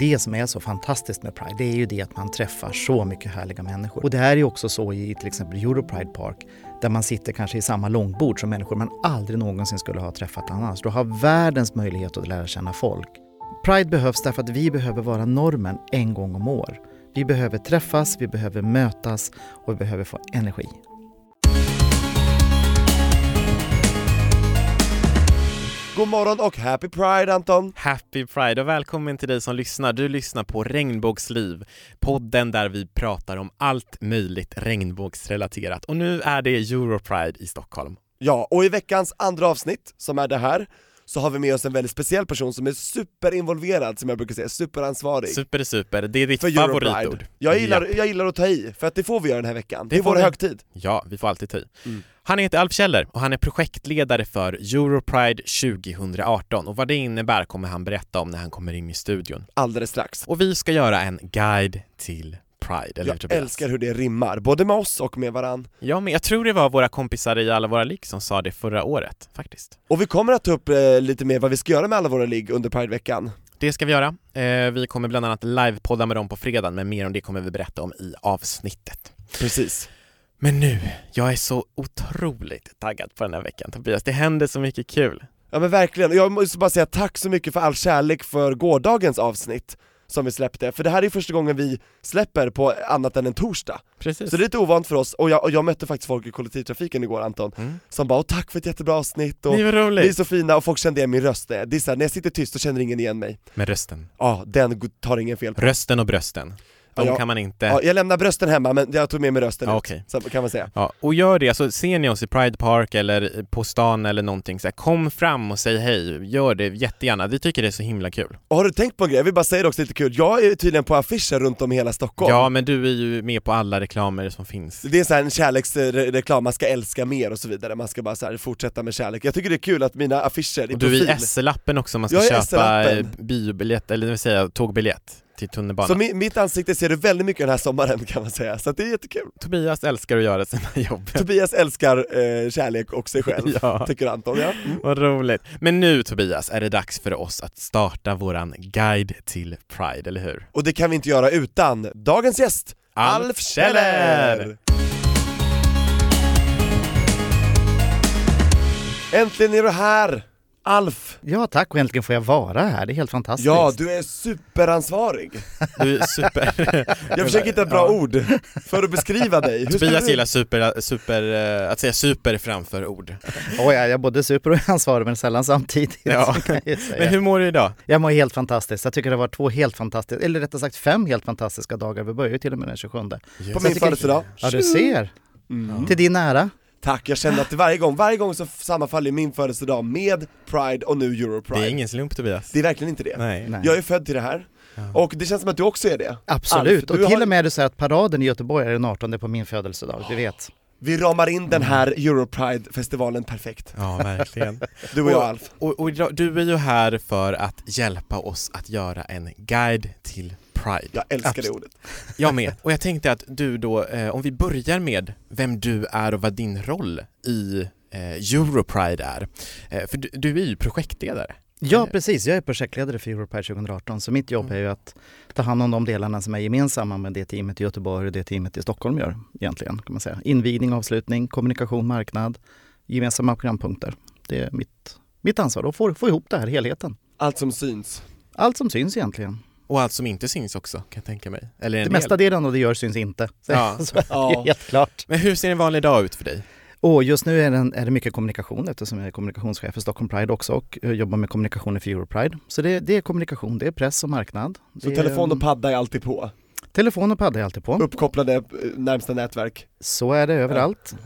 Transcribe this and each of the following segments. Det som är så fantastiskt med Pride, det är ju det att man träffar så mycket härliga människor. Och det här är ju också så i till exempel Europride Park, där man sitter kanske i samma långbord som människor man aldrig någonsin skulle ha träffat annars. Du har världens möjlighet att lära känna folk. Pride behövs därför att vi behöver vara normen en gång om år. Vi behöver träffas, vi behöver mötas och vi behöver få energi. God morgon och happy pride Anton! Happy Pride och välkommen till dig som lyssnar. Du lyssnar på Regnbågsliv, podden där vi pratar om allt möjligt regnbågsrelaterat. Och nu är det Europride i Stockholm. Ja, och i veckans andra avsnitt, som är det här, så har vi med oss en väldigt speciell person som är superinvolverad, som jag brukar säga, superansvarig Super, super. Det är ditt för Europride. favoritord. Jag gillar, ja. jag gillar att ta i, för att det får vi göra den här veckan. Det, Det är vår får vi. högtid. ja, vi får alltid ta i. Mm. Han heter Alf Kjeller och han är projektledare för Europride 2018 och vad det innebär kommer han berätta om när han kommer in i studion. Alldeles strax. Och vi ska göra en guide till Pride, eller hur Jag Tobias? älskar hur det rimmar, både med oss och med varann. Ja, men jag tror det var våra kompisar i alla våra ligg som sa det förra året, faktiskt. Och vi kommer att ta upp eh, lite mer vad vi ska göra med alla våra ligg under prideveckan. Det ska vi göra. Eh, vi kommer bland annat livepodda med dem på fredag, men mer om det kommer vi berätta om i avsnittet. Precis. Men nu, jag är så otroligt taggad på den här veckan Tobias. Det händer så mycket kul. Ja men verkligen, Och jag måste bara säga tack så mycket för all kärlek för gårdagens avsnitt som vi släppte, för det här är första gången vi släpper på annat än en torsdag. Precis. Så det är lite ovant för oss, och jag, och jag mötte faktiskt folk i kollektivtrafiken igår Anton, Mm. som bara "Åh, 'Tack för ett jättebra avsnitt' och Ni var ni är roligt. så fina, och folk kände igen min röst, det är så här, när jag sitter tyst så känner ingen igen mig. Med rösten. Ja, den go- tar ingen fel på. Rösten och brösten. Ja, De jag- kan man inte... Ja, Ja, jag lämnar brösten hemma men jag tog med mig rösten Ja, ut, okej. så kan man säga. och gör det, alltså ser ni oss i Pride Park eller på stan eller någonting så här, kom fram och säg hej, gör det jättegärna, vi tycker det är så himla kul. Och har du tänkt på en grej? Jag vill bara säga det också lite kul, jag är tydligen på affischer runt om i hela Stockholm. Ja, men du är ju med på alla reklamer som finns. Det är så här en kärleksreklam, man ska älska mer och så vidare, man ska bara så här fortsätta med kärlek. Jag tycker det är kul att mina affischer i Och du profil, är i SL-appen också om man Jag är ska köpa SL-appen. eh, biobiljett, eller det vill säga tågbiljett till tunnelbanan. så mi, mitt ansikte ser du väldigt mycket den här sommaren kan man säga, så att det är jättekul. Tobias älskar att göra sina jobb. Tobias älskar eh, kärlek och sig själv, Ja. tycker Anton ja. Mm. Vad roligt. Men nu Tobias är det dags för oss att starta våran guide till Pride, eller hur? Och det kan vi inte göra utan dagens gäst, Alf Alf Scheller! Scheller! Äntligen är du här! Alf! Ja tack och äntligen får jag vara här, det är helt fantastiskt. Ja, du är superansvarig! Du är super... Jag försöker hitta ett bra Ja. ord för att beskriva dig. Hur skulle Tobias du- gillar super, super, eh, att säga super framför ord. Oj, jag är både super och ansvarig men sällan samtidigt. Ja. så kan jag ju säga. Men hur mår du idag? Jag mår helt fantastiskt. Jag tycker det har varit två helt fantastiska, eller rättare sagt fem helt fantastiska dagar. Vi börjar ju till och med den 27. På Så jag min tycker- födelsedag. Ja, du ser. Mm. Till din ära. Tack, jag kände att varje gång, varje gång så f- sammanfaller min födelsedag med Pride och nu Europride. Det är ingen slump Tobias. Det är verkligen inte det. Nej. Nej. Jag är född till det här, och det känns som att du också är det. Absolut. Alf, du och till har- och med är det så här att paraden i Göteborg är den 18 på min födelsedag, du vet. Vi ramar in den här Mm. Europride-festivalen perfekt. Ja, verkligen. Du och jag Alf. Och, och idag- du är ju här för att hjälpa oss att göra en guide till Pride. Jag älskar det Abs- ordet. Jag med. Och jag tänkte att du då, eh, om vi börjar med vem du är och vad din roll i eh, Europride är. Eh, för du, du är ju projektledare. Ja, Eller- precis. Jag är Mm. projektledare för Europride 2018, så mitt jobb är ju att ta hand om de delarna som är gemensamma med det teamet i Göteborg och det teamet i Stockholm gör egentligen, kan man säga. Invigning, avslutning, kommunikation, marknad, gemensamma programpunkter. Det är mitt, mitt ansvar att få, få ihop det här, helheten. Allt som syns. Allt som syns egentligen. Och allt som inte syns också, kan jag tänka mig. Eller en Det del. mesta delen och det gör syns inte. Så, Ja. så är det ju Ja. helt klart. Men hur ser en vanlig dag ut för dig? Och just nu är det, är det mycket kommunikation eftersom jag är kommunikationschef för Stockholm Pride också och eh, jobbar med kommunikationen för Europride. Så det, det är kommunikation, det är press och marknad. Så det är, mm, telefon och padda är alltid på. Telefon och padda är alltid på. Uppkopplade eh, närmsta nätverk. Så är det överallt. Men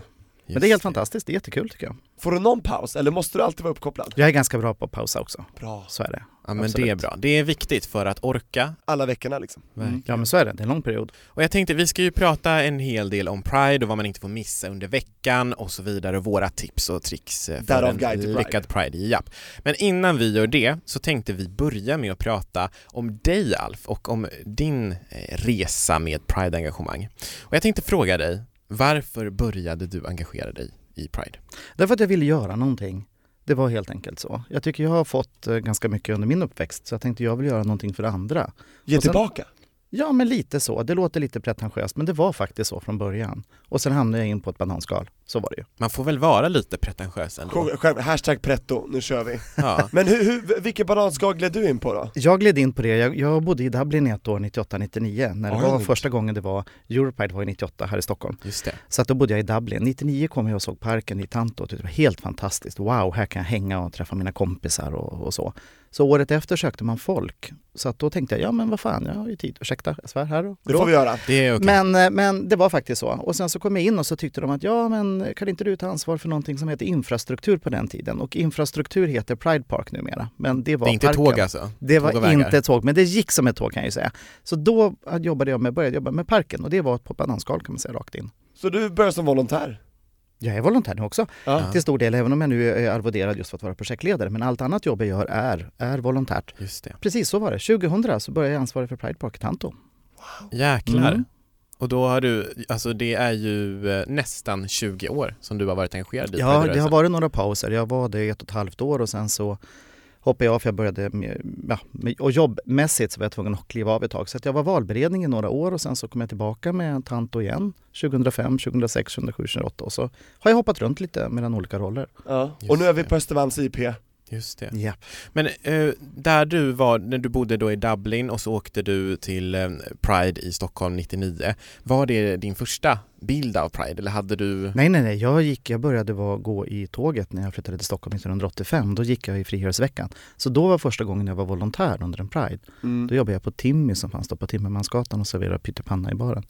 det är Just helt fantastiskt, det är jättekul tycker jag. Får du någon paus eller måste du alltid vara uppkopplad? Jag är ganska bra på att pausa också, Bra. så är det. Ja men Absolut. det är bra. Det är viktigt för att orka. Alla veckorna liksom. Verkligen. Mm. Ja men så är det, det är en lång period. Och jag tänkte vi ska ju prata en hel del om Pride och vad man inte får missa under veckan och så vidare och våra tips och tricks eh, för Därav en Guide to Pride. lyckad Pride. Ja. Men innan vi gör det så tänkte vi börja med att prata om dig Alf och om din eh, resa med Pride-engagemang. Och jag tänkte fråga dig, varför började du engagera dig i Pride? Därför att jag ville göra någonting. Det var helt enkelt så. Jag tycker jag har fått eh, ganska mycket under min uppväxt så jag tänkte jag vill göra någonting för andra. Ge Och sen- tillbaka. Ja men lite så, det låter lite pretentiöst men det var faktiskt så från början. Och sen hamnade jag in på ett bananskal, så var det ju. Man får väl vara lite pretentiös ändå? Själv- Själv, hashtag pretto, nu kör vi. Ja. Men hur, hur, vilket bananskal gled du in på då? Jag gled in på det, jag, jag bodde i Dublin i ett år, 98-99, när det Oj. var första gången det var, Europride var i 98 här i Stockholm. Just det. Så att då bodde jag i Dublin. 99 kom jag och såg parken i Tanto. Det var helt fantastiskt. Wow, här kan jag hänga och träffa mina kompisar och, och så. Så året efter sökte man folk. Så att då tänkte jag, ja men vad fan, jag har ju tid. Ursäkta, jag svär här och Det får vi göra. Det är okej. men, eh, men det var faktiskt så. Och sen så kom jag in och så tyckte de att ja, men kan inte du ta ansvar för någonting som heter infrastruktur på den tiden? Och infrastruktur heter Pride Park numera. Men det var Det är inte parken. tåg alltså? Det Tåg och var vägar. inte ett tåg, men det gick som ett tåg kan jag ju säga. Så då jobbade jag med, började jobba med parken och det var på ett bananskal kan man säga rakt in. Så du började som volontär? Jag är volontär nu också, Ja. till stor del, även om jag nu är arvoderad just för att vara projektledare. Men allt annat jobb jag gör är, är volontärt. Just det. Precis så var det. 2000 så började jag ansvara för Pride Park i Tanto. Jäklar. Mm. Och då har du, alltså det är ju eh, nästan 20 år som du har varit engagerad i Ja, det har rörelsen. varit några pauser. Jag var det i ett och ett halvt år och sen så hoppade jag av för jag började med, ja, med, och jobbmässigt så var jag tvungen att kliva av ett tag. Så att jag var valberedning i några år och sen så kom jag tillbaka med Tanto igen 2005, 2006, 2007, 2008 och så har jag hoppat runt lite mellan olika roller. Ja. Just Och nu är vi det. på Östermalms IP. Just det. Japp. Men eh, där du var, när du bodde då i Dublin och så åkte du till eh, Pride i Stockholm 99, var det din första bild av Pride eller hade du Nej, nej, nej. Jag, gick, jag började vara, gå i tåget när jag flyttade till Stockholm 1985. Då gick jag i Frihetsveckan. Så då var första gången jag var volontär under en Pride. Då jobbade jag på Timmy som fanns då på Timmermansgatan och serverade pyttipanna i baren.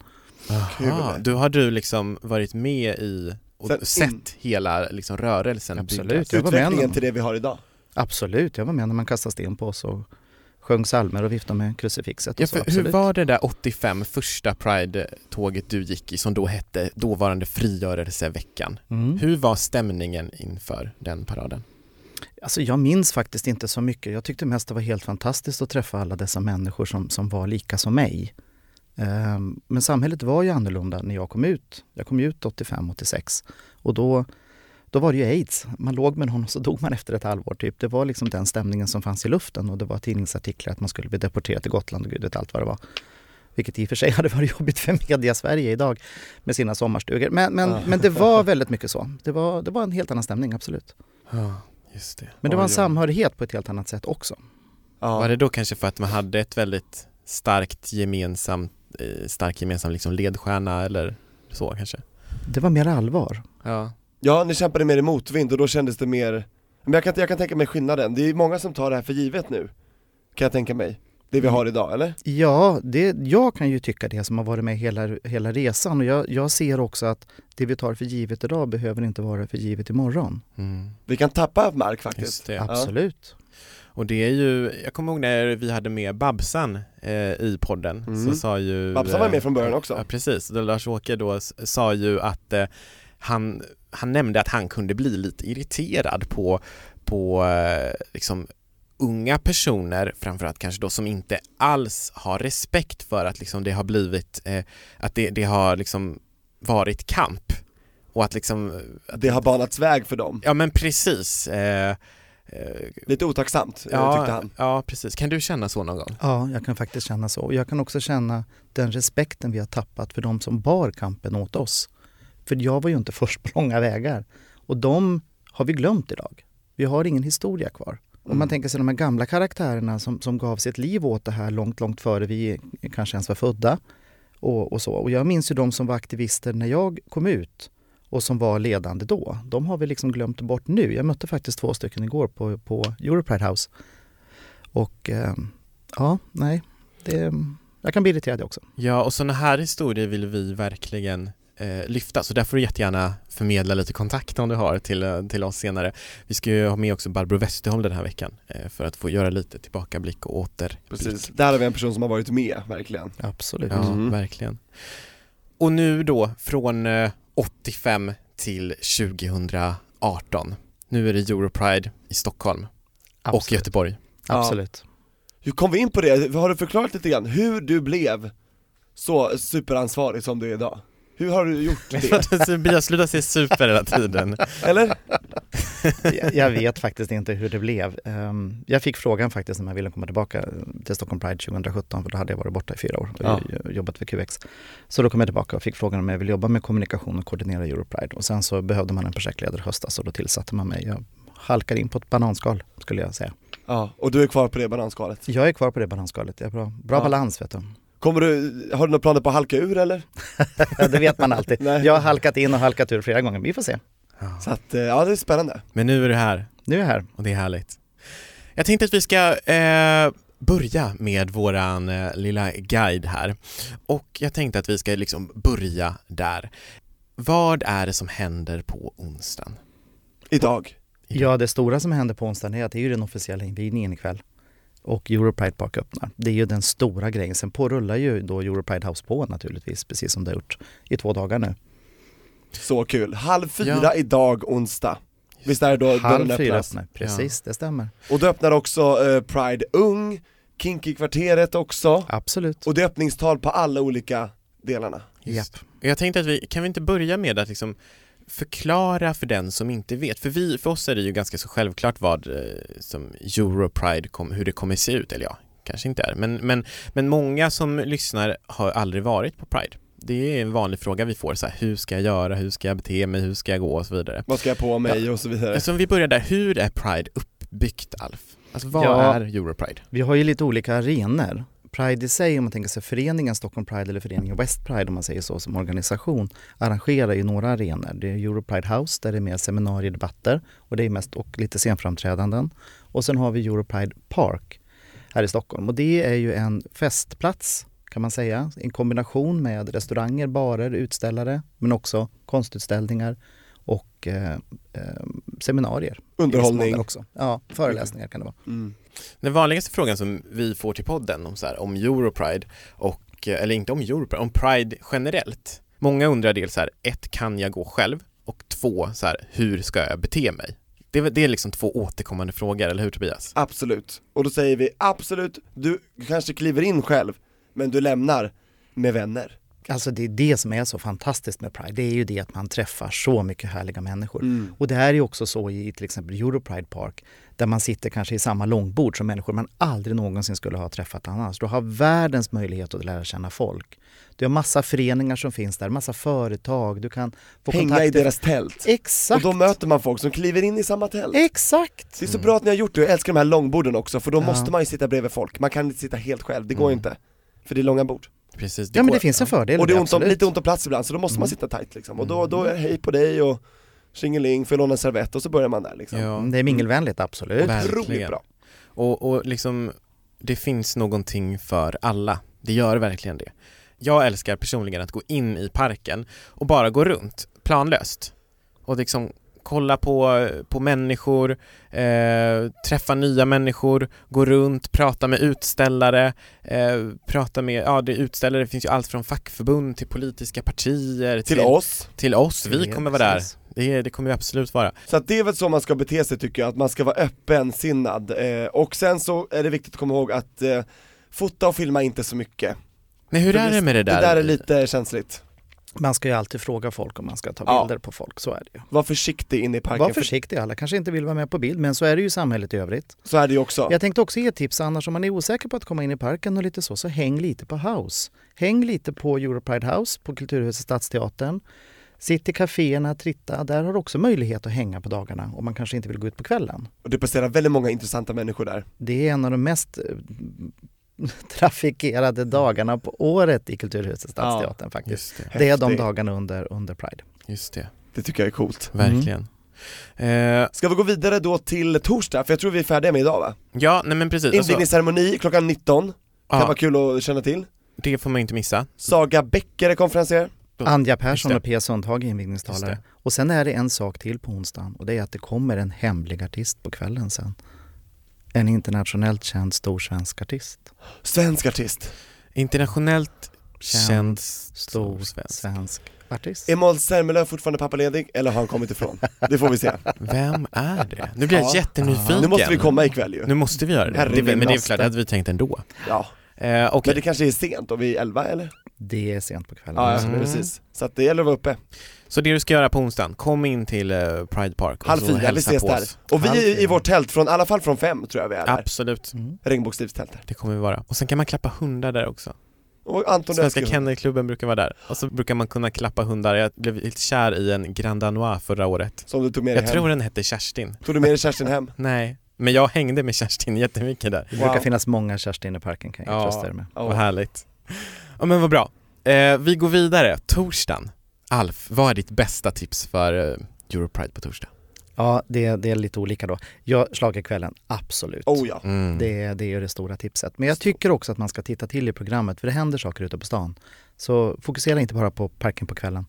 Aha, Kul. du har du liksom varit med i och Sen in- sett hela liksom rörelsen Absolut. byggas? Jag var med Utvecklingen om- till det vi har idag. Absolut, jag var med när man kastade sten på oss och sjöng psalmer och viftade med krucifixet. Ja, och så, för hur absolut. var det där 85 första Pride-tåget du gick i som då hette dåvarande frigörelseveckan? Mm. Hur var stämningen inför den paraden? Alltså jag minns faktiskt inte så mycket. Jag tyckte mest det var helt fantastiskt att träffa alla dessa människor som, som var lika som mig. Ehm, Men samhället var ju annorlunda när jag kom ut. Jag kom ju ut 85-86 och då, då var det ju aids. Man låg med någon och så dog man efter ett halvår typ. Det var liksom den stämningen som fanns i luften och det var tidningsartiklar att man skulle bli deporterad till Gotland och gud vet allt vad det var. Vilket i och för sig hade varit jobbigt för media Sverige idag med sina sommarstugor. Men, men, men det var väldigt mycket så. Det var, det var en helt annan stämning, absolut. Ja, just det. Men det var en Oj, oj. samhörighet på ett helt annat sätt också. Var Ja. det då kanske för att man hade ett väldigt starkt gemensamt, eh, stark gemensam liksom ledstjärna eller så kanske? Det var mer allvar. Ja. ja, ni kämpade mer i motvind och då kändes det mer, men jag kan, jag kan tänka mig skillnaden, det är många som tar det här för givet nu, kan jag tänka mig. Det vi har idag, eller? Ja, det, jag kan ju tycka det som har varit med hela, hela resan och jag, jag ser också att det vi tar för givet idag behöver inte vara för givet imorgon. Mm, Vi kan tappa mark faktiskt. just det. Absolut. Och det är ju, jag kommer ihåg när vi hade med Babsan eh, i podden Mm. så sa ju eh, Babsan var med från början också. Ja precis, Då Lars-Åke då s- sa ju att eh, han, han nämnde att han kunde bli lite irriterad på, på eh, liksom unga personer framförallt kanske då som inte alls har respekt för att liksom det har blivit, eh, att det, det har liksom varit kamp och att liksom, Det har banats väg för dem. ja men precis eh, eh, Lite otacksamt, eh, tyckte han. ja, precis. Kan du känna så någon gång? Ja, jag kan faktiskt känna så. Och jag kan också känna den respekten vi har tappat för de som bar kampen åt oss. För jag var ju inte först på långa vägar. Och de har vi glömt idag. Vi har ingen historia kvar. Om man tänker sig de här gamla karaktärerna som, som gav sitt liv åt det här långt, långt före vi kanske ens var födda. Och, och, så. och jag minns ju de som var aktivister när jag kom ut och som var ledande då. De har vi liksom glömt bort nu. Jag mötte faktiskt två stycken igår på, på Europride House. Och ehm, Ja, nej. Det, jag kan bli irriterad också. Ja, och sådana här historier vill vi verkligen eh, lyfta. Så där får du jättegärna förmedla lite kontakt om du har till, eh, till oss senare. Vi ska ju ha med också Barbro Westerholm den här veckan eh, för att få göra lite tillbakablick och återblick. Precis, där har vi en person som har varit med, verkligen. Absolut. Ja, Mm. verkligen. Och nu då från eh, 85 till 2018. Nu är det Europride i Stockholm och Absolut. Göteborg. Absolut. Hur kom vi in på det? Har du förklarat lite grann hur du blev så superansvarig som du är idag? Hur har du gjort det? Jag slutar se super hela tiden. Eller? Jag- Jag vet faktiskt inte hur det blev. Ehm, Jag fick frågan faktiskt när man ville komma tillbaka till Stockholm Pride 2017, för då hade jag varit borta i fyra år och Ja. j- jobbat för QX. Så då kom jag tillbaka och fick frågan om jag ville jobba med kommunikation och koordinera Europride. Och sen så behövde man en projektledare i höstas och då tillsatte man mig. Jag halkade in på ett bananskal skulle jag säga. Ja, och du är kvar på det bananskalet. Jag är kvar på det bananskalet, jag har bra, bra Ja. balans vet du. Kommer du, har du några planer på att halka ur eller? Ja, det vet man alltid. Nej. Jag har halkat in och halkat ur flera gånger, vi får se. Så att, eh, ja det är spännande. Men nu är du här Nu är jag här. och det är härligt. Jag tänkte att vi ska eh, börja med våran eh, lilla guide här. Och jag tänkte att vi ska liksom börja där. Vad är det som händer på onsdagen? Idag. Ja, det stora som händer på onsdagen är att det är ju den officiella invigningen ikväll. Och Europride Park öppnar. Det är ju den stora grejen. Sen pårullar ju då Europride House på naturligtvis, precis som det har gjort i två dagar nu. Så kul. Halv fyra Ja. idag onsdag. Visst är det då dörren Halv fyra öppnas? öppnar, precis, det stämmer. Och då öppnar också eh, Pride Ung, Kinky-kvarteret också. Absolut. Och det är öppningstal på alla olika delarna. Just. Och Jag tänkte att vi, kan vi inte börja med att liksom förklara för den som inte vet? För, vi, för oss är det ju ganska så självklart vad eh, som Europride, kom, hur det kommer se ut, eller ja, kanske inte är, men, men, men många som lyssnar har aldrig varit på Pride. Det är en vanlig fråga vi får, så här, hur ska jag göra, hur ska jag bete mig, hur ska jag gå och så vidare. Vad ska jag på mig och så vidare. Så om vi börjar där, hur är Pride uppbyggt Alf? Alltså vad Ja. är Europride? Vi har ju lite olika arenor. Pride i sig, om man tänker sig föreningen Stockholm Pride eller föreningen West Pride om man säger så som organisation, arrangerar ju några arenor. Det är Europride House där det är mer seminarier, debatter och det är mest och lite scenframträdanden. Och sen har vi Europride Park här i Stockholm och det är ju en festplats kan man säga, i kombination med restauranger, barer, utställare men också konstutställningar och eh, eh, seminarier. I viss Underhållning. mån också. Ja, föreläsningar kan det vara. Mm. Den vanligaste frågan som vi får till podden om, så här, om Europride, och, eller inte om Europride, om Pride generellt. Många undrar dels så här, ett, kan jag gå själv? Och två, så här, hur ska jag bete mig? Det, är väl- det är liksom två återkommande frågor, eller hur Tobias? Absolut. Och då säger vi absolut, du kanske kliver in själv, men du lämnar med vänner. Alltså det är det som är så fantastiskt med Pride. Det är ju det att man träffar så mycket härliga människor. Mm. Och det här är ju också så i till exempel Europride Park där man sitter kanske i samma långbord som människor man aldrig någonsin skulle ha träffat annars. Du har världens möjlighet att lära känna folk. Du har massa föreningar som finns där, massa företag, du kan få Hänga i kontakter. deras tält. Exakt! Och då möter man folk som kliver in i samma tält. Exakt! Det är så bra att ni har gjort det, jag älskar de här långborden också, för då måste man ju sitta bredvid folk. Man kan inte sitta helt själv, det går ju inte. För det är långa bord. Precis, Ja men går- det finns en fördel i Och det är ont om, absolut. lite ont om plats ibland, så då måste man sitta tight liksom. Och då, då är det hej på dig och tjingeling, får jag låna en servett? Och så börjar man där liksom. Ja, Det är mingelvänligt, absolut. Otroligt verkligen. bra. Och, och liksom, det finns någonting för alla. Det gör verkligen det. Jag älskar personligen att gå in i parken och bara gå runt, planlöst. Och liksom kolla på, på människor, eh, träffa nya människor, gå runt, prata med utställare, eh, prata med, ja det är utställare, det finns ju allt från fackförbund till politiska partier Till oss. till oss, vi Det är kommer vara där. precis. Det, är- det kommer vi absolut vara. Så att det är väl så man ska bete sig tycker jag, att man ska vara öppensinnad. Eh, och sen så är det viktigt att komma ihåg att eh, fota och filma inte så mycket. Nej hur För är det med det där? Det där är lite känsligt. Man ska ju alltid fråga folk om man ska ta Ja. bilder på folk, så är det ju. Var försiktig inne i parken, Var försiktig, alla kanske inte vill vara med på bild, men så är det ju i samhället i övrigt. för så är det ju också. Jag tänkte också ge ett tips annars om man är osäker på att komma in i parken och lite så, så häng lite på House. Häng lite på Europride House, på Kulturhuset Stadsteatern. Sitt i kaféerna, tritta. Där har du också möjlighet att hänga på dagarna om man kanske inte vill gå ut på kvällen. Och det passerar väldigt många intressanta människor där. Det är en av de mest eh, trafikerade dagarna på året i Kulturhuset Stadsteatern faktiskt. Just det. Det är de Häftigt. dagarna under, under Pride. Just det, Det tycker jag är coolt. verkligen. Eh, Ska vi gå vidare då till torsdag? För jag tror vi är färdiga med idag va? ja, nej men precis. Alltså, Invigningsceremoni klockan 19, kan ja, vara kul att känna till. det får man inte missa. Saga Bäckare konferenser. då. Anja Persson Just det. och Pia Sundhage är Just invigningstalare. det. Och sen är det en sak till på onsdagen och det är att det kommer en hemlig artist på kvällen sen. En internationellt känd stor svensk artist. Svensk artist. Internationellt Känd, känd Stor svensk, svensk. artist. Är Måns Zelmerlöw fortfarande pappaledig eller har han kommit ifrån? Det får vi se. Vem är det? Nu blir jag Ja. jättenyfiken. Nu måste vi komma ikväll ju. Nu måste vi göra det. Herre det men det är min klart, det hade vi tänkt ändå. Ja. Eh, Okej, Men det kanske är sent, om vi är elva eller? Det är sent på kvällen. Ja, ja, Mm. precis. Så att det gäller att vara uppe. så det du ska göra på onsdagen, kom in till eh, Pride Park och Halv så fyra, vi hälsa ses på där. oss. Och vi Halv är i fyra. vårt tält från, i alla fall från fem tror jag vi är där. Absolut, Mm. Regnbågslivstältet. det kommer vi vara. Och sen kan man klappa hundar där också. Och Anton Svenska Öskilsson. Kennelklubben brukar vara där. Och så brukar man kunna klappa hundar. Jag blev helt kär i en Grand Danois förra året. Som du tog med dig Jag hem. tror den hette Kerstin. Tog du med dig Kerstin hem? Nej, men jag hängde med Kerstin jättemycket där. Det brukar Wow. finnas många Kerstin i parken kan jag Ja. trösta er med. Ja. Vad härligt. Ja men vad bra. Eh, vi går vidare, torsdagen. Alf, vad är ditt bästa tips för eh, Europride på torsdag? Ja, det, det är lite olika då. Jag kvällen, absolut. Oh ja. Mm. Det, är- det är ju det stora tipset. Men jag tycker också att man ska titta till i programmet för det händer saker ute på stan. Så fokusera inte bara på parken på kvällen.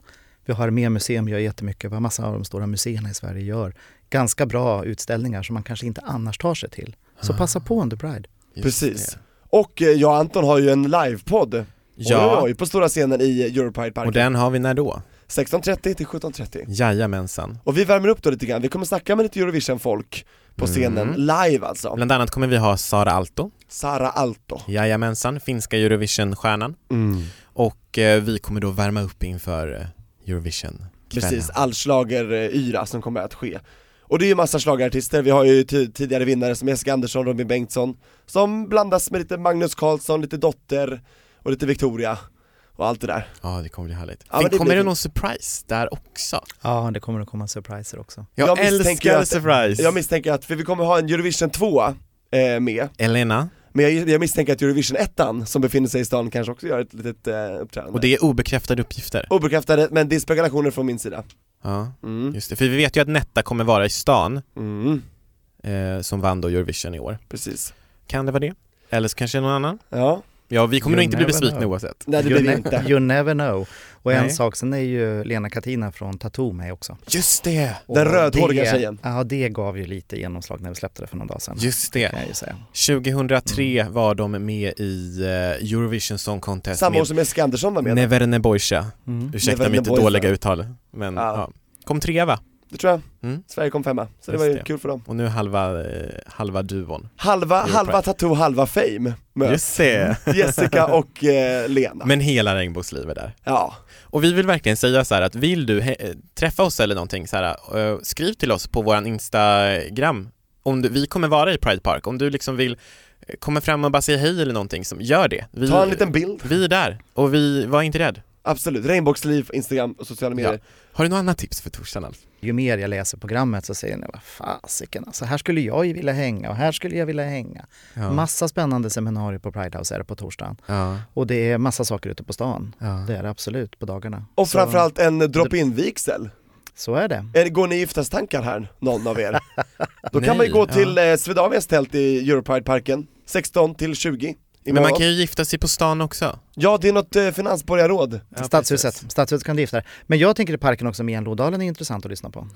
Vi har mer museum, gör jättemycket. Vad massa av de stora museerna i Sverige gör. Ganska bra utställningar som man kanske inte annars tar sig till. Så passa på under Pride. Just Precis. det. Och eh, jag och Anton har ju en livepodd. Ja, Oj, oj, på stora scenen i Europide och Parken. den har vi när då? 16.30 till 17.30. Jajamensan. Och vi värmer upp då lite grann, vi kommer snacka med lite Eurovision-folk på scenen, Mm. live alltså. Bland annat kommer vi ha Sara Alto, Sara Alto. jajamensan, finska Eurovision-stjärnan. Och eh, vi kommer då värma upp inför eh, Eurovision. Precis, all schlageryra som kommer att ske. Och det är ju massa schlagerartister, vi har ju ti- tidigare vinnare som Jessica Andersson, Robin Bengtsson, som blandas med lite Magnus Carlsson, lite Dotter och lite Victoria och allt det där. Ja, det kommer bli härligt. Ja, men Sen det kommer blir det fint. någon surprise där också. Ja, det kommer att komma surpriser också. Jag, Jag misstänker älskar att- surprise. Jag misstänker att, för vi kommer ha en Eurovision 2 eh, med, Elena, men jag, jag misstänker att Eurovision 1 som befinner sig i stan kanske också gör ett litet eh, uppträdande. och det är obekräftade uppgifter. Obekräftade, men det är spekulationer från min sida. Ja, Mm. just det. För vi vet ju att Netta kommer vara i stan, Mm, eh, som vann då Eurovision i år. precis. Kan det vara det? Eller så kanske någon annan? Ja, Ja, vi kommer You nog inte bli never besvikna know. oavsett. nej det you, blir det ne- inte. you never know. Och en Nej. sak, sen är ju Lena Katina från Tattoo med också. Just det! Och Den rödhåriga det- tjejen. Ja, det gav ju lite genomslag när vi släppte det för någon dag sedan. Just kan det. jag ju säga. 2003 var de med i eh, Eurovision Song Contest Mm. Samma år med som Jessica Andersson var med, Neverne Boysha. Mm. Ursäkta Neverne mitt Boysa. dåliga uttal, men Ja. ja. Kom trea va? det tror jag. Mm. Sverige kom femma, så det Just var ju det. kul för dem. Och nu halva, eh, halva duon. Halva, Europe halva Pride. Tattoo, halva Fame möts. Just det! Mm. Jessica och eh, Lena. Men hela regnbågslivet där. Ja, Och vi vill verkligen säga så här att vill du he- eh, träffa oss eller någonting så här, eh, skriv till oss på våran Instagram. Om du, vi kommer vara i Pride Park, om du liksom vill eh, komma fram och bara säga hej eller någonting, så gör det. Vi, ta en liten bild. vi är där och vi, var inte rädd. Absolut, Regnbågsliv, Instagram och sociala medier. Har du några andra tips för torsdagen Alf? Ju mer jag läser programmet så säger jag, vad fasiken alltså, här skulle jag ju vilja hänga och här skulle jag vilja hänga. Massa spännande seminarier på Pride House är det på torsdagen. Ja. Och det är massa saker ute på stan. Ja. Det är det absolut på dagarna. Och Så- framförallt en drop-in vigsel. Så är det. Är- Går ni i giftastankar här, någon av er? Då kan Nej, man ju gå ja. till eh, Swedavias tält i Europride-parken, 16 till 20 Men imorgon. man kan ju gifta sig på stan också. Ja, det är något eh, finansborgarråd. Ja, Stadshuset, Stadshuset kan du gifta dig. Men jag tänker att parken också med Lodalen är intressant att lyssna på.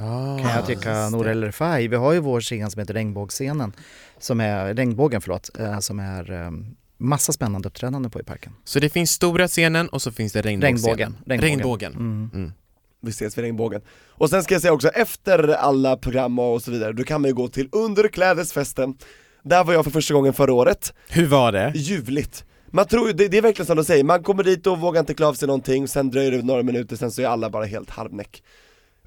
kan jag tycka, Nour El Refai. Vi har ju vår scen som heter Regnbågsscenen, som är, Regnbågen förlåt, eh, som är eh, massa spännande uppträdanden på i parken. Så det finns stora scenen och så finns det regnbågsscenen. Regnbågen. Regnbågen. Mm. Vi ses vid regnbågen. Och sen ska jag säga också, efter alla program och så vidare, då kan man ju gå till underklädesfesten. Där var jag för första gången förra året, Hur var det? ljuvligt. Man tror ju, det, det är verkligen som de säger, man kommer dit och vågar inte klä av sig någonting, sen dröjer det några minuter, sen så är alla bara helt halvnäck.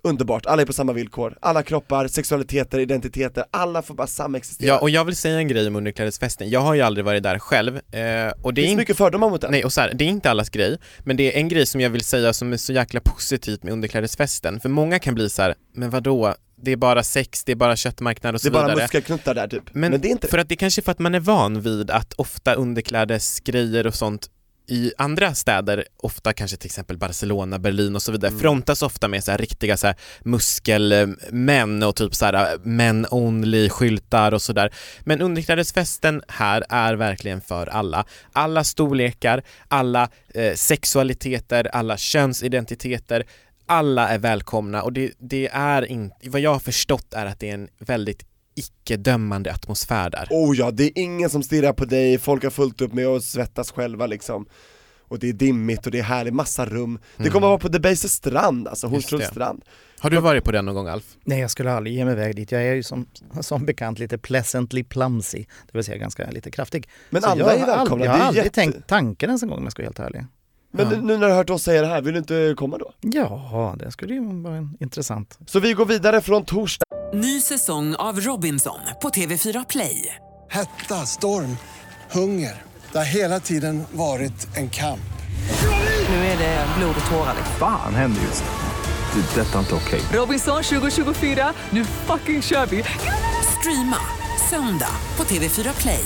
Underbart, alla är på samma villkor, alla kroppar, sexualiteter, identiteter, alla får bara samexistera. Ja, och jag vill säga en grej om underklädesfesten. Jag har ju aldrig varit där själv. Eh, och det, är det finns inte- mycket fördomar mot det. Nej, och så här, det är inte allas grej, men det är en grej som jag vill säga som är så jäkla positivt med underklädesfesten, för många kan bli så här, men vadå, det är bara sex, det är bara köttmarknad det och så är bara vidare. muskelknuttar där typ. Men, Men, det är inte för att det kanske är för att man är van vid att ofta underklädesgrejer och sånt i andra städer, ofta kanske till exempel Barcelona, Berlin och så vidare, frontas ofta med så här riktiga så här muskelmän och typ så här men only-skyltar och sådär. Men underklädesfesten här är verkligen för alla. Alla storlekar, alla eh, sexualiteter, alla könsidentiteter, alla är välkomna och det, det är inte, vad jag har förstått är att det är en väldigt icke-dömande atmosfär där. Oh ja, det är ingen som stirrar på dig, folk har fullt upp med att svettas själva liksom Och det är dimmigt och det är härligt, massa rum Det kommer vara på Debaser strand, alltså Mm. Just Hornstulls det. strand Har du varit på den någon gång Alf? Nej, jag skulle aldrig ge mig iväg dit. Jag är ju som, som bekant lite pleasantly clumsy, det vill säga ganska lite kraftig. Men Så alla jag är har välkomna, aldrig- Jag det har är aldrig jätte- tänkt tanken ens en gång om jag ska vara helt ärlig. Men Ja. nu när du har hört oss säga det här, vill du inte komma då? Ja, det skulle ju vara en intressant. Så vi går vidare från torsdag Ny säsong av Robinson på TV4 Play. Hetta, storm, hunger. Det har hela tiden varit en kamp. Nu är det blod och tårar. Fan händer just det. Det är detta inte okej. Robinson 2024, nu fucking kör vi! Streama söndag på TV4 Play.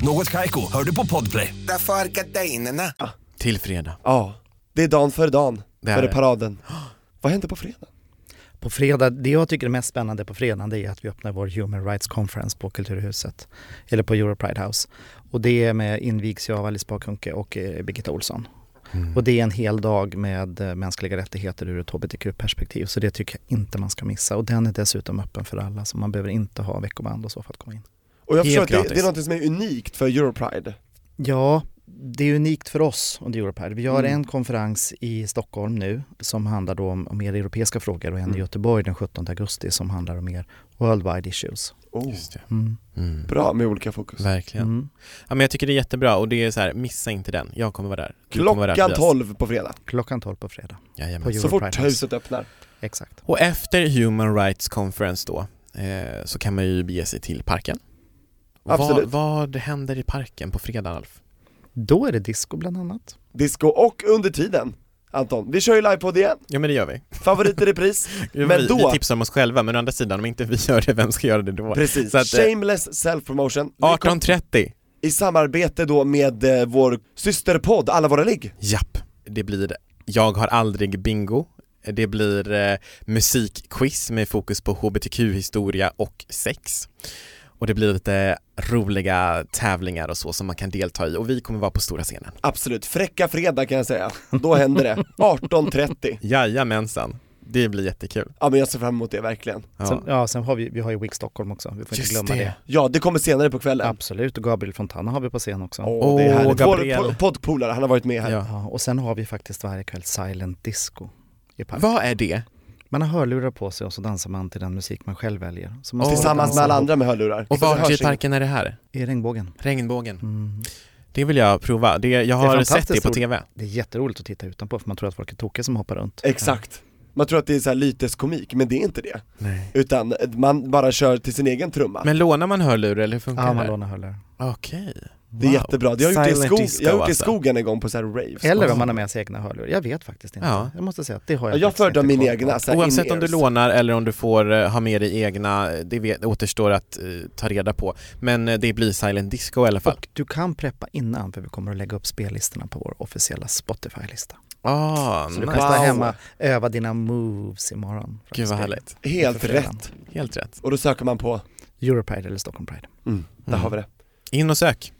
Något Kaiko, hör du på Podplay. Därför är gardinerna. Till fredag. Ja, det är dagen före dagen, Det är före det. paraden Vad händer på fredag? På fredag, det jag tycker är mest spännande på fredagen det är att vi öppnar vår Human Rights Conference på Kulturhuset, eller på Europride House. Och det är med invigs jag av Alice Bakunke och eh, Birgitta Olsson. Mm. Och det är en hel dag med eh, mänskliga rättigheter ur ett hbtq-perspektiv, så det tycker jag inte man ska missa. Och den är dessutom öppen för alla, så man behöver inte ha veckoband och så för att komma in. Och jag Helt förstår att det, gratis. det är något som är unikt för Europride Ja, det är unikt för oss under Europride. Vi har en konferens i Stockholm nu som handlar då om, om mer europeiska frågor och en i Göteborg den 17 augusti som handlar om mer worldwide issues. oh, Just det. Mm. Mm. Bra med olika fokus Verkligen. Mm. Ja, men jag tycker det är jättebra och det är så här, missa inte den. Jag kommer vara där. Du kommer vara där, Klockan Tobias. 12 på fredag, Klockan 12 på fredag. Jajamän. På så fort Europride House. huset öppnar Exakt. Och efter Human Rights Conference då, eh, så kan man ju bege sig till parken. Vad, Absolut. vad händer i parken på fredag Alf? Då är det disco bland annat. Disco och under tiden, Anton, vi kör ju livepodd igen, Ja men det gör vi. favorit i repris Men vi, då- vi tipsar om oss själva, men å andra sidan om inte vi gör det, vem ska göra det då? Precis, Så att, eh, shameless self-promotion Vi kom- 18.30. I samarbete då med eh, vår systerpodd Alla Våra Ligg Japp, det blir Jag har aldrig bingo, det blir eh, musikquiz med fokus på hbtq-historia och sex. Och det blir lite roliga tävlingar och så som man kan delta i och vi kommer vara på stora scenen. Absolut, fräcka fredag kan jag säga, då händer det 18.30 Jajamensan, det blir jättekul. Ja men jag ser fram emot det verkligen Ja. Sen, ja, sen har vi, vi har ju Wig Stockholm också. Vi får inte glömma det. Ja, det kommer senare på kvällen Absolut, och Gabriel Fontana har vi på scen också. Åh, det är Åh, härligt. Gabriel. Vår po- poddpolare, han har varit med här Ja. Ja, och sen har vi faktiskt varje kväll silent disco i parken. Vad är det? Man har hörlurar på sig och så dansar man till den musik man själv väljer. Så man Och står Tillsammans dansar med alla ihop andra med hörlurar Och Så det vart hörs i inget. parken är det här? I regnbågen. Regnbågen. Mm. Det vill jag prova, det, jag har fantastiskt sett det på roligt. TV. Det är jätteroligt att titta utanpå för man tror att folk är tokiga som hoppar runt. Exakt Man tror att det är så här lyteskomik, men det är inte det Nej. Utan eh, man bara kör till sin egen trumma Men lånar man hörlurar eller hur funkar Ja, man det? lånar hörlurar. Okej. Det är Wow. jättebra, jag har gjort det i, Silent skog, disco, jag har gjort det i alltså. skogen en gång på så här raves Alltså, Eller om man har med sig egna hörlurar. Jag vet faktiskt inte. Ja. Jag måste säga att det har Ja, jag Jag faktiskt föredrar inte mina koll på. egna, så här Oavsett om du in-ears. lånar eller om du får eh, ha med dig egna, eh, det vet, återstår att eh, ta reda på. Men eh, det blir silent disco i alla fall. Och du kan preppa innan för vi kommer att lägga upp spellistorna på vår officiella Spotify-lista. Ah, Så du nice. kan stå Wow. hemma öva dina moves imorgon. Gud vad härligt. Helt För fredagen. rätt, Helt rätt. och då söker man på, Europride eller Stockholm Pride. mm. där Mm. har vi det In och sök.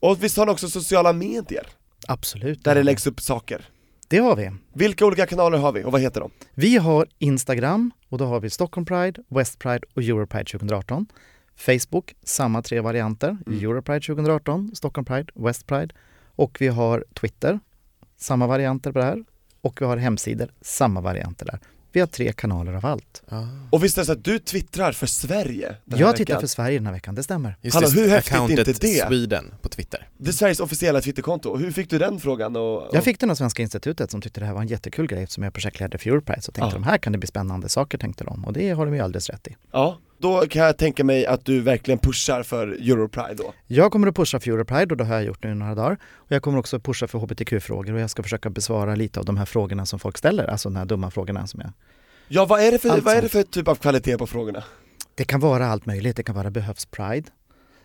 Och visst har ni också sociala medier, Absolut. Mm. där det läggs upp saker? Det har vi. Vilka olika kanaler har vi och vad heter de? Vi har Instagram och då har vi Stockholm Pride, West Pride och Europride 2018. Facebook, samma tre varianter. Mm. Europride 2018, Stockholm Pride, West Pride. Och vi har Twitter, samma varianter på det här. Och vi har hemsidor, samma varianter där. Vi har tre kanaler av allt. Och visst är det så att du twittrar för Sverige den här Jag tittar veckan? för Sverige den här veckan, det stämmer. Just Hallå, det, hur häftigt är accountet inte det? Sweden på Twitter. Det är Sveriges officiella Twitterkonto, hur fick du den frågan? Och, och... Jag fick den av Svenska institutet som tyckte det här var en jättekul grej eftersom jag är projektledare för Europride så tänkte Ja. de här kan det bli spännande saker tänkte de och det har de ju alldeles rätt i. Ja, då kan jag tänka mig att du verkligen pushar för Europride då. Jag kommer att pusha för Europride och det har jag gjort nu i några dagar och jag kommer också att pusha för hbtq-frågor och jag ska försöka besvara lite av de här frågorna som folk ställer, alltså de här dumma frågorna som jag Ja, vad är det för, Allt vad är det sånt. för typ av kvalitet på frågorna? Det kan vara allt möjligt. Det kan vara behövs pride.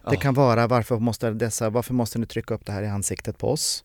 Det Ja. kan vara varför måste, dessa, varför måste ni trycka upp det här i ansiktet på oss?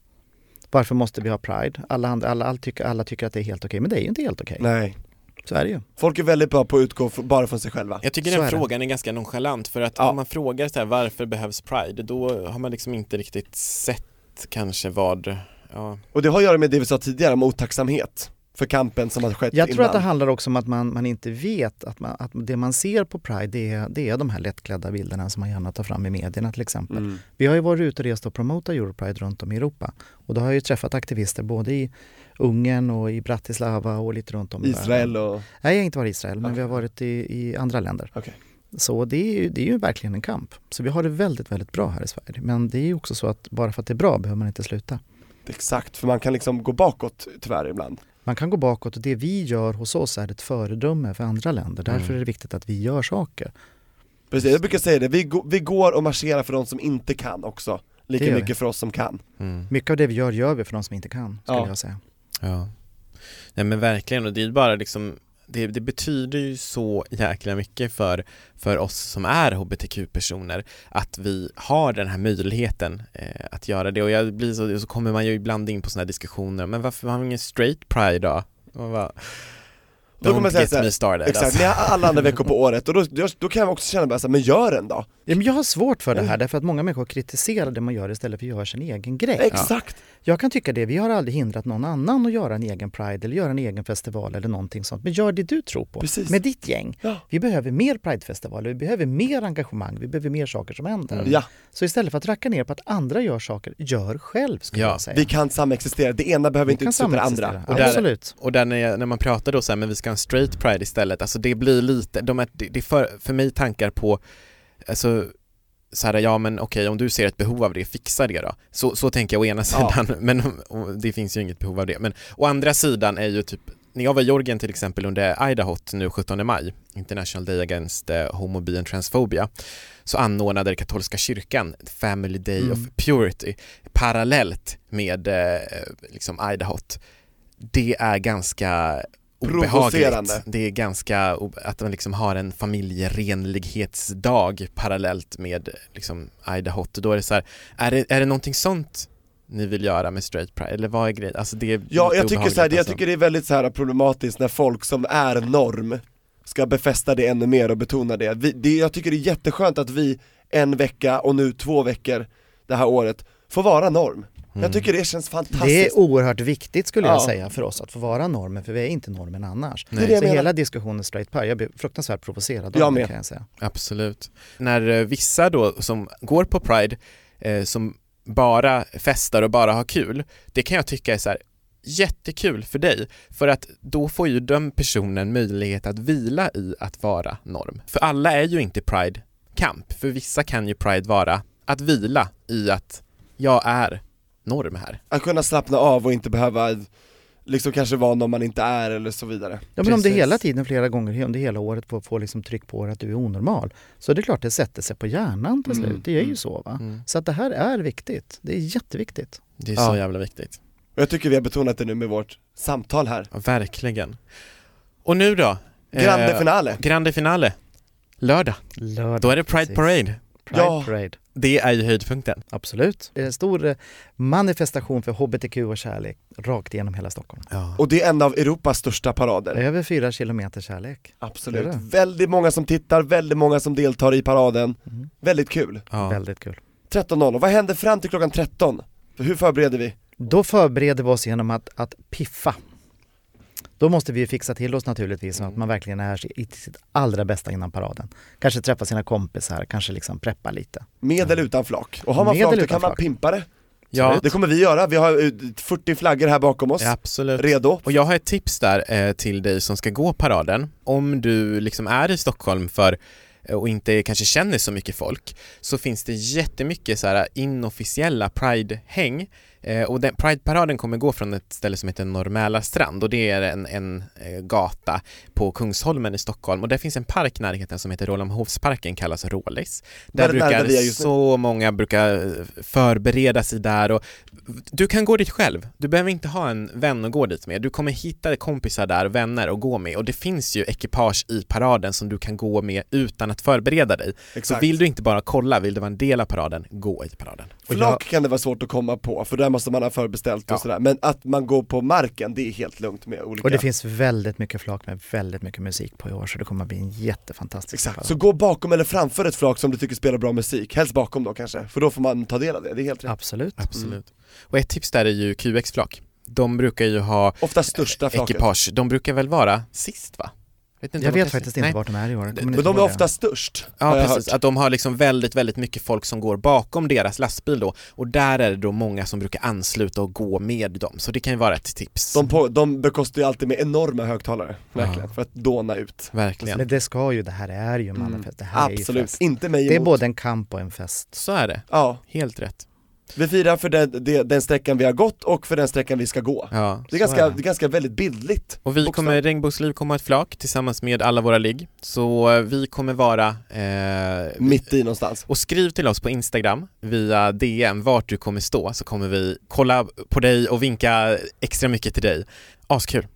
Varför måste vi ha pride? Alla, andra, alla, alla, tycker, alla tycker att det är helt okej, men det är ju inte helt okej. Nej. Så är det ju. Folk är väldigt bra på att utgå f- bara från sig själva. Jag tycker Så den är det. frågan är ganska nonchalant för att om man frågar så här, varför behövs Pride, då har man liksom inte riktigt sett kanske vad, ja, Och det har att göra med det vi sa tidigare om otacksamhet för kampen som har skett Jag tror innan. att det handlar också om att man, man inte vet att, man, att det man ser på pride det är, det är de här lättklädda bilderna som man gärna tar fram i medierna till exempel. Mm. Vi har ju varit ute och rest och promotat Europride runt om i Europa och då har jag ju träffat aktivister både i Ungern och i Bratislava och lite runt om i världen. Israel och, Nej, jag har inte varit i Israel, men vi har varit i, i andra länder. okej. Så det är, ju, det är ju verkligen en kamp. Så vi har det väldigt, väldigt bra här i Sverige. Men det är ju också så att bara för att det är bra behöver man inte sluta. Exakt, för man kan liksom gå bakåt tyvärr ibland. Man kan gå bakåt och det vi gör hos oss är ett föredöme för andra länder. Därför Mm. är det viktigt att vi gör saker. Precis, jag brukar säga det, vi, go- vi går och marscherar för de som inte kan också, Det lika gör vi. mycket för oss som kan. Mycket av det vi gör, gör vi för de som inte kan, skulle Ja. jag säga. Ja. Nej men verkligen och det är bara liksom det, det betyder ju så jäkla mycket för, för oss som är hbtq-personer att vi har den här möjligheten eh, att göra det och jag blir så, så kommer man ju ibland in på sådana här diskussioner, men varför har vi ingen straight pride då? Man bara, Då kommer Don't jag säga get så här, me started Exakt, alltså. ni har alla andra veckor på året och då, då, då kan jag också känna bara så här, men gör den då! Ja, men Jag har svårt för det Mm. här därför att många människor kritiserar det man gör istället för att göra sin egen grej. Exakt! Jag kan tycka det, vi har aldrig hindrat någon annan att göra en egen Pride eller göra en egen festival eller någonting sånt. Men gör det du tror på Precis. med ditt gäng. Ja. Vi behöver mer Pridefestivaler, vi behöver mer engagemang, vi behöver mer saker som händer. Mm. Ja. Så istället för att racka ner på att andra gör saker, gör själv skulle Ja, jag säga. Vi kan samexistera, det ena behöver inte utesluta det andra. samexistera. Och där- Absolut. Och där när, jag, när man pratar då så här, men vi ska ha en straight pride istället, alltså det blir lite, de är, det, det är för, för mig tankar på, alltså så här, ja men okej om du ser ett behov av det, fixa det då. Så, så tänker jag å ena Ja. sidan, men och det finns ju inget behov av det. Men å andra sidan är ju typ, när jag var i Georgien till exempel under Idahot nu 17 maj, International Day Against eh, Homo, Bi and Transphobia, så anordnade den katolska kyrkan Family Day of Mm. Purity parallellt med eh, liksom Idahot. Det är ganska obehagligt. Provocerande. Det är ganska, o- att man liksom har en familjerenlighetsdag parallellt med liksom Idahot. Då är det så här, är det, är det någonting sånt ni vill göra med straight pride? Eller vad är grejen? Alltså det är Ja, lite jag tycker, så här, obehagligt jag alltså. tycker det är väldigt så här problematiskt när folk som är norm ska befästa det ännu mer och betona det. Vi, det. Jag tycker det är jätteskönt att vi en vecka och nu två veckor det här året får vara norm. Jag tycker det känns fantastiskt. Det är oerhört viktigt skulle Ja. jag säga för oss att få vara normen, för vi är inte normen annars. är det jag Så menar. hela diskussionen straight pride, jag blir fruktansvärt provocerad Jag av det med. kan jag säga. Absolut. När eh, vissa då som går på Pride, eh, som bara festar och bara har kul, det kan jag tycka är så här jättekul för dig, för att då får ju den personen möjlighet att vila i att vara norm. För alla är ju inte Pride-kamp, för vissa kan ju Pride vara att vila i att jag är norm här. Att kunna slappna av och inte behöva liksom kanske vara någon man inte är eller så vidare. Ja men om det Precis. hela tiden, flera gånger under hela året får, får liksom tryck på er att du är onormal, så är det klart det sätter sig på hjärnan till slut. Det är ju så va. Så att det här är viktigt. Det är jätteviktigt. Det är så Ja. jävla viktigt. Och jag tycker vi har betonat det nu med vårt samtal här. Ja, verkligen. Och nu då? eh, Grande finale! Grande finale. Lördag. Lördag. Då är det Pride Precis. Parade. Pride Ja. Parade. Det är ju höjdpunkten. Absolut. Det är en stor eh, manifestation för hbtq och kärlek rakt igenom hela Stockholm. Och det är en av Europas största parader. Över fyra kilometer kärlek. Absolut. Det är det. Väldigt många som tittar, väldigt många som deltar i paraden. Mm. Väldigt kul. Ja. Väldigt kul. 13.00, vad händer fram till klockan 13? Hur förbereder vi? Då förbereder vi oss genom att, att piffa. Då måste vi ju fixa till oss naturligtvis så att man verkligen är i sitt allra bästa innan paraden. Kanske träffa sina kompisar, kanske liksom preppa lite. Med eller utan flak? Och har man Med flak eller då utan kan man flak? pimpa det. Ja. Det kommer vi göra, vi har eh, 40 flaggor här bakom oss, Ja, absolut. redo. Och jag har ett tips där eh, till dig som ska gå paraden. Om du liksom är i Stockholm för eh, och inte kanske känner så mycket folk så finns det jättemycket så här inofficiella Pride-häng eh, och den, Pride-paraden kommer gå från ett ställe som heter Normäla strand och det är en, en eh, gata på Kungsholmen i Stockholm och där finns en park i närheten som heter Rålambshovsparken, kallas Rålis. Där- Där, där- brukar där vi är just nu. så många brukar eh, förbereda sig där och du kan gå dit själv. Du behöver inte ha en vän att gå dit med. Du kommer hitta kompisar där, vänner att gå med och det finns ju ekipage i paraden som du kan gå med utan att förbereda dig. Så Exakt. Mm. vill du inte bara kolla, vill du vara en del av paraden, gå i paraden. Flak kan det vara svårt att komma på, för där måste man ha förbeställt Ja. och sådär, men att man går på marken, det är helt lugnt med olika Och det finns väldigt mycket flak med väldigt mycket musik på i år så det kommer att bli en jättefantastisk Exakt, parad. så gå bakom eller framför ett flak som du tycker spelar bra musik, helst bakom då kanske, för då får man ta del av det, det är helt rätt. Absolut. Absolut. Och ett tips där är ju QX-flak. De brukar ju ha Ofta största flaket. ekipage, de brukar väl vara sist va? Vet inte Jag om de vet testar- faktiskt inte Nej. vart de är i år. Jag kommer Men inte de är ihåg det. ofta störst, har Ja jag precis, hört. att de har liksom väldigt, väldigt mycket folk som går bakom deras lastbil då och där är det då många som brukar ansluta och gå med dem, så det kan ju vara ett tips. De, på, de bekostar ju alltid med enorma högtalare, verkligen, för att dåna ut. Verkligen. Men det ska ju, det här är ju mannafest, det här är ju Mm. Absolut, fest. inte mig Det är emot. både en kamp och en fest. Så är det, Ja, helt rätt. vi firar för den, de- den sträckan vi har gått och för den sträckan vi ska gå. Ja, Det är, så ganska, är det det. är ganska väldigt bildligt. Och vi Bokstav. kommer, Regnbågsliv kommer ha ett flak tillsammans med alla våra ligg, så eh, vi kommer vara eh, Mitt i någonstans. Och skriv till oss på Instagram via DM vart du kommer stå så kommer vi kolla på dig och vinka extra mycket till dig. Askul.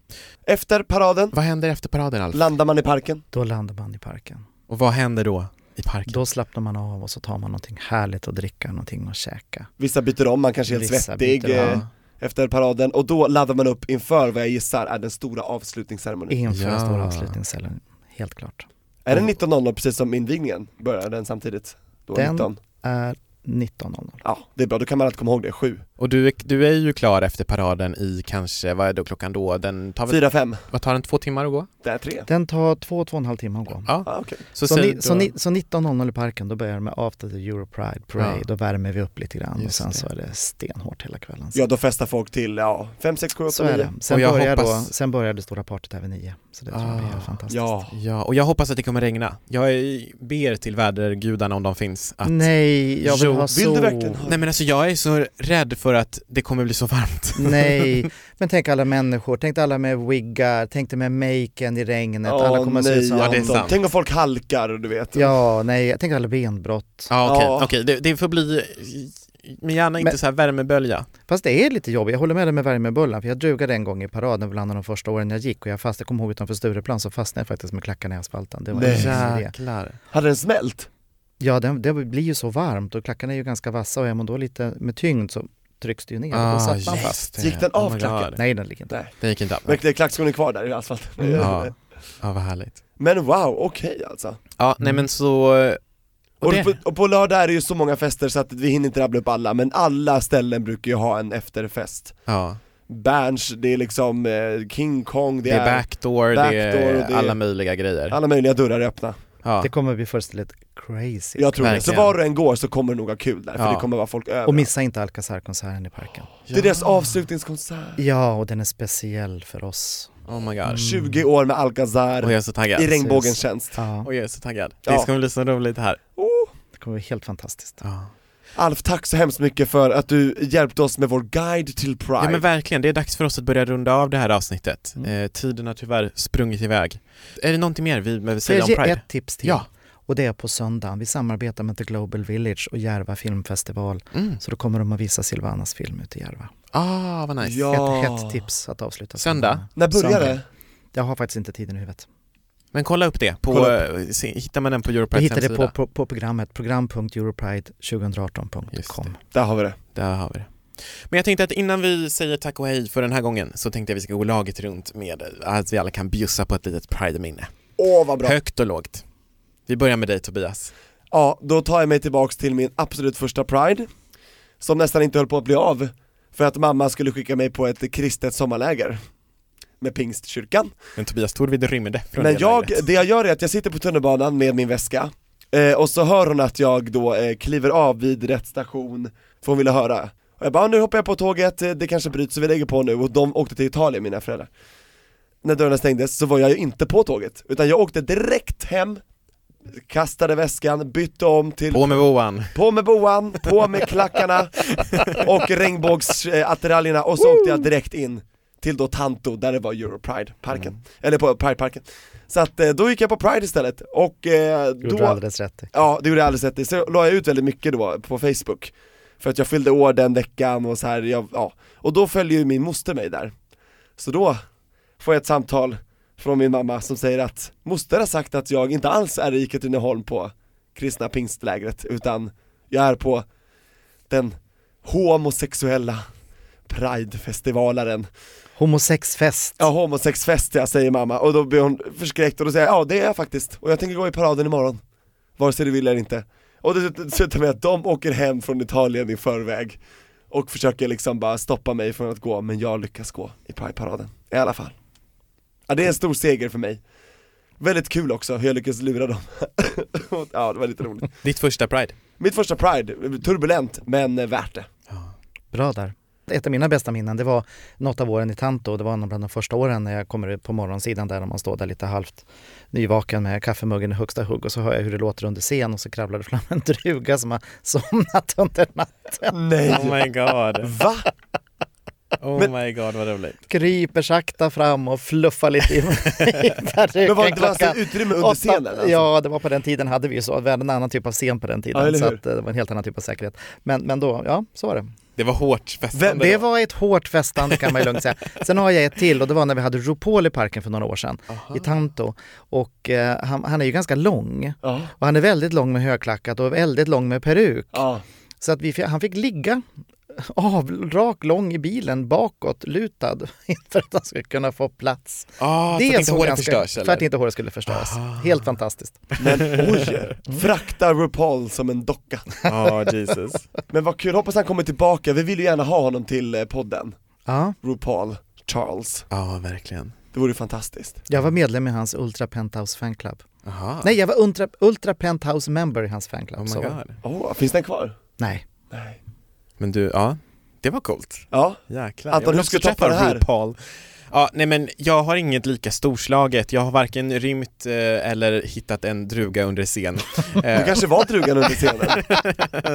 Efter paraden Vad händer efter paraden Alf? landar man i parken. Då landar man i parken. Och vad händer då i parken? Då slappnar man av och så tar man någonting härligt att dricka, någonting att käka. Vissa byter om, man kanske är helt Vissa svettig byter om. eh, efter paraden och då laddar man upp inför vad jag gissar är den stora avslutningsceremonin. Inför den Ja. stora avslutningscellen, helt klart. Är det 19.00 precis som invigningen? Börjar den samtidigt? Då Den- 19. Är 19.00. Ja, det är bra, då kan man alltid komma ihåg det. 7, Och du är, du är ju klar efter paraden i kanske, vad är då klockan då? Den tar väl, 4, 5, vad tar den, två timmar att gå? det är 3. Den tar två, två och en halv timme att gå. Ja. Ah, okej. Så, Så, säg ni, då- så, ni, så 19.00 i parken, då börjar det med After the Euro Pride Parade, Ja. då värmer vi upp lite grann och Just sen det. så är det stenhårt hela kvällen. Ja, då festar folk till ja, 5, 6, 7, 8, 9. så är det. Sen Och jag börjar, hoppas- då, sen börjar det stora partyt här vid nio, så det tror jag blir Ah. helt fantastiskt. Ja, Ja, och jag hoppas att det kommer regna. Jag är- ber till vädergudarna om de finns att Nej, jag vill Jo, ha vill sol. du verkligen ha- Nej men alltså jag är så rädd för att det kommer bli så varmt. Nej, men tänk alla människor, tänk dig alla med wiggar, tänk dig med maken i regnet, Åh, alla kommer att se ut som... nej, Ja, det är Anton. sant. Tänk om folk halkar, du vet. Ja, nej, tänk alla benbrott. Ja okej, Ja. okej. Det, det får bli, men gärna inte Men- så här värmebölja. Fast det är lite jobbigt, jag håller med dig med värmebullan, för jag drugade en gång i paraden bland de första åren jag gick och jag fastnade, jag kommer ihåg utanför Stureplan så fastnade jag faktiskt med klackarna i asfalten. Det var Nej. en idé. Jäklar. Hade den smält? Ja, det, det blir ju så varmt och klackarna är ju ganska vassa och är man då lite med tyngd så trycks det ju ner Ah, och då satt man fast. det. Oh Gick den av my klacken? God. Nej, den ligger inte. Nej. Den gick inte av. Men det är klackskon är kvar där i asfalten. Mm. Ja. ja, vad härligt. Men wow, okej alltså. Ja, nej men så... Och, Och, det, på, och på lördag är det ju så många fester så att vi hinner inte rabbla upp alla, men alla ställen brukar ju ha en efterfest. ja, Berns, det är liksom eh, King Kong, det, det är är, backdoor, det backdoor och är det är- alla möjliga grejer. alla möjliga dörrar är öppna. Ja. Det kommer bli fullständigt crazy. Jag tror det. Så Verkligen. var du än går så kommer du nog ha kul där, för Ja. det kommer vara folk över. Och missa inte Alcazar-konserten i parken. Det är deras avslutningskonsert. Ja, och den är speciell för oss. Oh my god. 20 Mm. år med Alcazar Och jag är så taggad. i regnbågens tjänst. Ja, Och jag är så taggad. Ja. Det ska bli så roligt det här. Oh. det kommer bli helt fantastiskt. Ja. Alf, tack så hemskt mycket för att du hjälpte oss med vår guide till Pride. ja men verkligen, det är dags för oss att börja runda av det här avsnittet. Mm. Eh, tiden har tyvärr sprungit iväg. Är det någonting mer vi behöver Ska säga jag om ge Pride? ett tips till? Ja. Och det är på söndagen. Vi samarbetar med The Global Village och Järva filmfestival. Mm. Så då kommer de att visa Silvanas film ute i Järva. Ah, vad nice. Ja. Ett hett tips att avsluta. Söndag? söndagen. När börjar Söndag. det? Jag har faktiskt inte tiden i huvudet. Men kolla upp det. På, Kolla eh, se- Hittar man den på Jag Europrides hittade det på, hemsida? på, på programmet, Just program.europride2018.com. det. Där har vi det. Där har vi det. Men jag tänkte att innan vi säger tack och hej för den här gången så tänkte jag vi ska gå laget runt med att vi alla kan bjussa på ett litet Pride-minne. Åh vad bra! Högt och lågt. Vi börjar med dig Tobias. Ja, då tar jag mig tillbaks till min absolut första Pride, som nästan inte höll på att bli av, för att mamma skulle skicka mig på ett kristet sommarläger med pingstkyrkan. Men Tobias Torvid rymde från Men det jag, lägret. det jag gör är att jag sitter på tunnelbanan med min väska, eh, och så hör hon att jag då eh, kliver av vid rätt station, för hon ville höra. Och jag bara, "Ah, nu hoppar jag på tåget, eh, det kanske bryts så vi lägger på nu och de åkte till Italien mina föräldrar När dörrarna stängdes så var jag ju inte på tåget, utan jag åkte direkt hem Kastade väskan, bytte om till På med boan. på med boan, på med klackarna och regnbågsattiraljerna och så åkte jag direkt in till då Tanto där det var Europride-parken, Mm. eller på Pride-parken. Så att eh, då gick jag på Pride istället och eh, Gjorde då, du alldeles rätt i. ja det gjorde jag alldeles rätt i, så la jag ut väldigt mycket då på Facebook för att jag fyllde år den veckan och så här, jag, ja, och då följer ju min moster mig där. Så då får jag ett samtal från min mamma som säger att moster har sagt att jag inte alls är i Katrineholm på kristna pingstlägret utan jag är på den homosexuella pridefestivalaren. Homosexfest. Ja, homosexfest ja, säger mamma och då blir hon förskräckt och då säger jag ja det är jag faktiskt och jag tänker gå i paraden imorgon, vare sig du vill eller inte. Och det slutar med att de åker hem från Italien i förväg och försöker liksom bara stoppa mig från att gå, men jag lyckas gå i Pride-paraden, i alla fall. Ja, det är en stor seger för mig. Väldigt kul också hur jag lyckas lura dem. ja, det var lite roligt. Ditt första Pride. Mitt första Pride, turbulent men eh, värt det. Bra där. Ett av mina bästa minnen, det var något av åren i Tanto. Det var nog bland de första åren när jag kommer ut på morgonsidan där och man står där lite halvt nyvaken med kaffemuggen i högsta hugg och så hör jag hur det låter under scen och så kravlar det fram en druga som har somnat under natten. Nej! Oh my god. Va? Oh Men- my god vad roligt. Kryper sakta fram och fluffar lite in i Men var peruken det- det var alltså klockan utrymme under åtta. scenen? Alltså? Ja, det var på den tiden hade vi ju så. Vi hade en annan typ av scen på den tiden. Ja, eller så hur? att, eh, det var en helt annan typ av säkerhet. Men, men då, ja, så var det. Det var hårt festande Det då. var ett hårt festande kan man ju lugnt säga. Sen har jag ett till och det var när vi hade RuPaul i parken för några år sedan, i Tanto. Och eh, han, han är ju ganska lång. Ja. Och han är väldigt lång med högklackat och väldigt lång med peruk. Ja. Så att vi, fi- han fick ligga av, rak, lång i bilen bakåt, lutad för att han skulle kunna få plats. Ah, så att inte såg håret ganska- förstörs För att eller? inte håret skulle förstöras. Helt fantastiskt. Men oj, frakta RuPaul som en docka. Ja, Jesus. Men vad kul, hoppas han kommer tillbaka, vi vill ju gärna ha honom till eh, podden, Ja, RuPaul Charles. Ja, verkligen. Det vore ju fantastiskt. jag var medlem i hans Ultra Penthouse fanclub. Aha. Nej, jag var Ultra, Ultra Penthouse member i hans fanclub. Oh my så. god. Åh, finns den kvar? Nej. Nej. Men du, ja. Det var coolt. Ja, Jäklar. Anton, jag vill du ska också toppa träffa det här. RuPaul. Ja, nej men jag har inget lika storslaget. Jag har varken rymt eh, eller hittat en druga under scen. Eh. det kanske var drugan under scenen.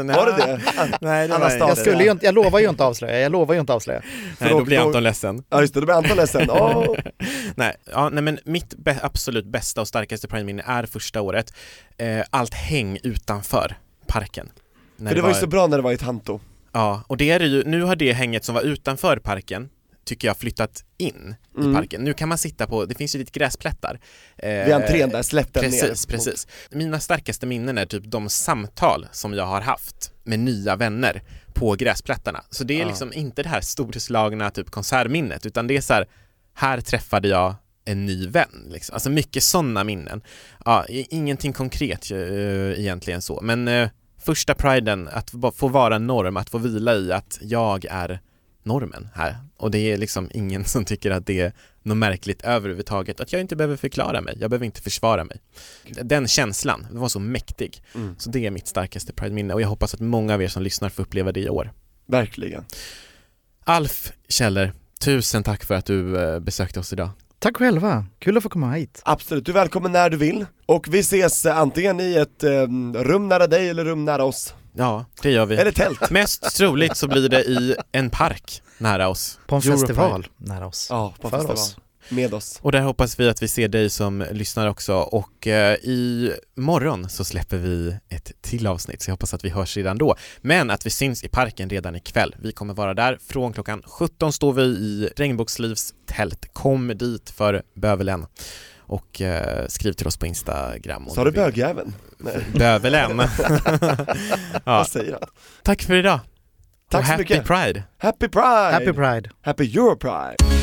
Var det det? Nej, det Anna var Stahl. inte Jag, det. skulle ju inte, jag lovar ju inte att avslöja, jag lovar ju inte att avslöja. Nej, då blir Anton ledsen. Ja just det, då blir Anton ledsen. Åh. Nej, ja, nej men mitt bä- absolut bästa och starkaste Pride-minne är första året. Eh, allt häng utanför parken. När För det var ju så bra när det var i Tanto. Ja, och det är det ju, nu har det hänget som var utanför parken, tycker jag, flyttat in Mm. i parken. Nu kan man sitta på, det finns ju lite gräsplättar. Eh, Vid entrén där, slätten ner. Precis, precis. Mina starkaste minnen är typ de samtal som jag har haft med nya vänner på gräsplättarna. Så det är liksom inte det här storslagna typ konsertminnet, utan det är så här, här träffade jag en ny vän. Liksom. Alltså mycket sådana minnen. Ja, i- ingenting konkret eh, egentligen så, men eh, första priden, att va- få vara norm, att få vila i att jag är normen här. Och det är liksom ingen som tycker att det är något märkligt överhuvudtaget, att jag inte behöver förklara mig, jag behöver inte försvara mig. Den känslan, den var så mäktig. Mm. Så det är mitt starkaste Pride-minne och jag hoppas att många av er som lyssnar får uppleva det i år. Verkligen. Alf Kjeller, tusen tack för att du eh, besökte oss idag. Tack själva, kul att få komma hit. Absolut, du är välkommen när du vill. Och vi ses eh, antingen i ett eh, rum nära dig eller rum nära oss. Ja, det gör vi. Eller tält. Mest troligt så blir det i en park nära oss. På en Europride. festival nära oss. Ja, på För festival. oss. Med oss. Och där hoppas vi att vi ser dig som lyssnar också och eh, i morgon så släpper vi ett till avsnitt så jag hoppas att vi hörs redan då. Men att vi syns i parken redan ikväll. Vi kommer vara där från klockan 17 står vi i Regnbågslivs tält. Kom dit för bövelen och eh, skriv till oss på Instagram. om Sa du vill. bögjäveln? Nej, Bövelen. ja. vad säger han? Tack för idag. Tack och så happy mycket. Pride. Happy Pride! Happy Pride. Happy Euro Pride!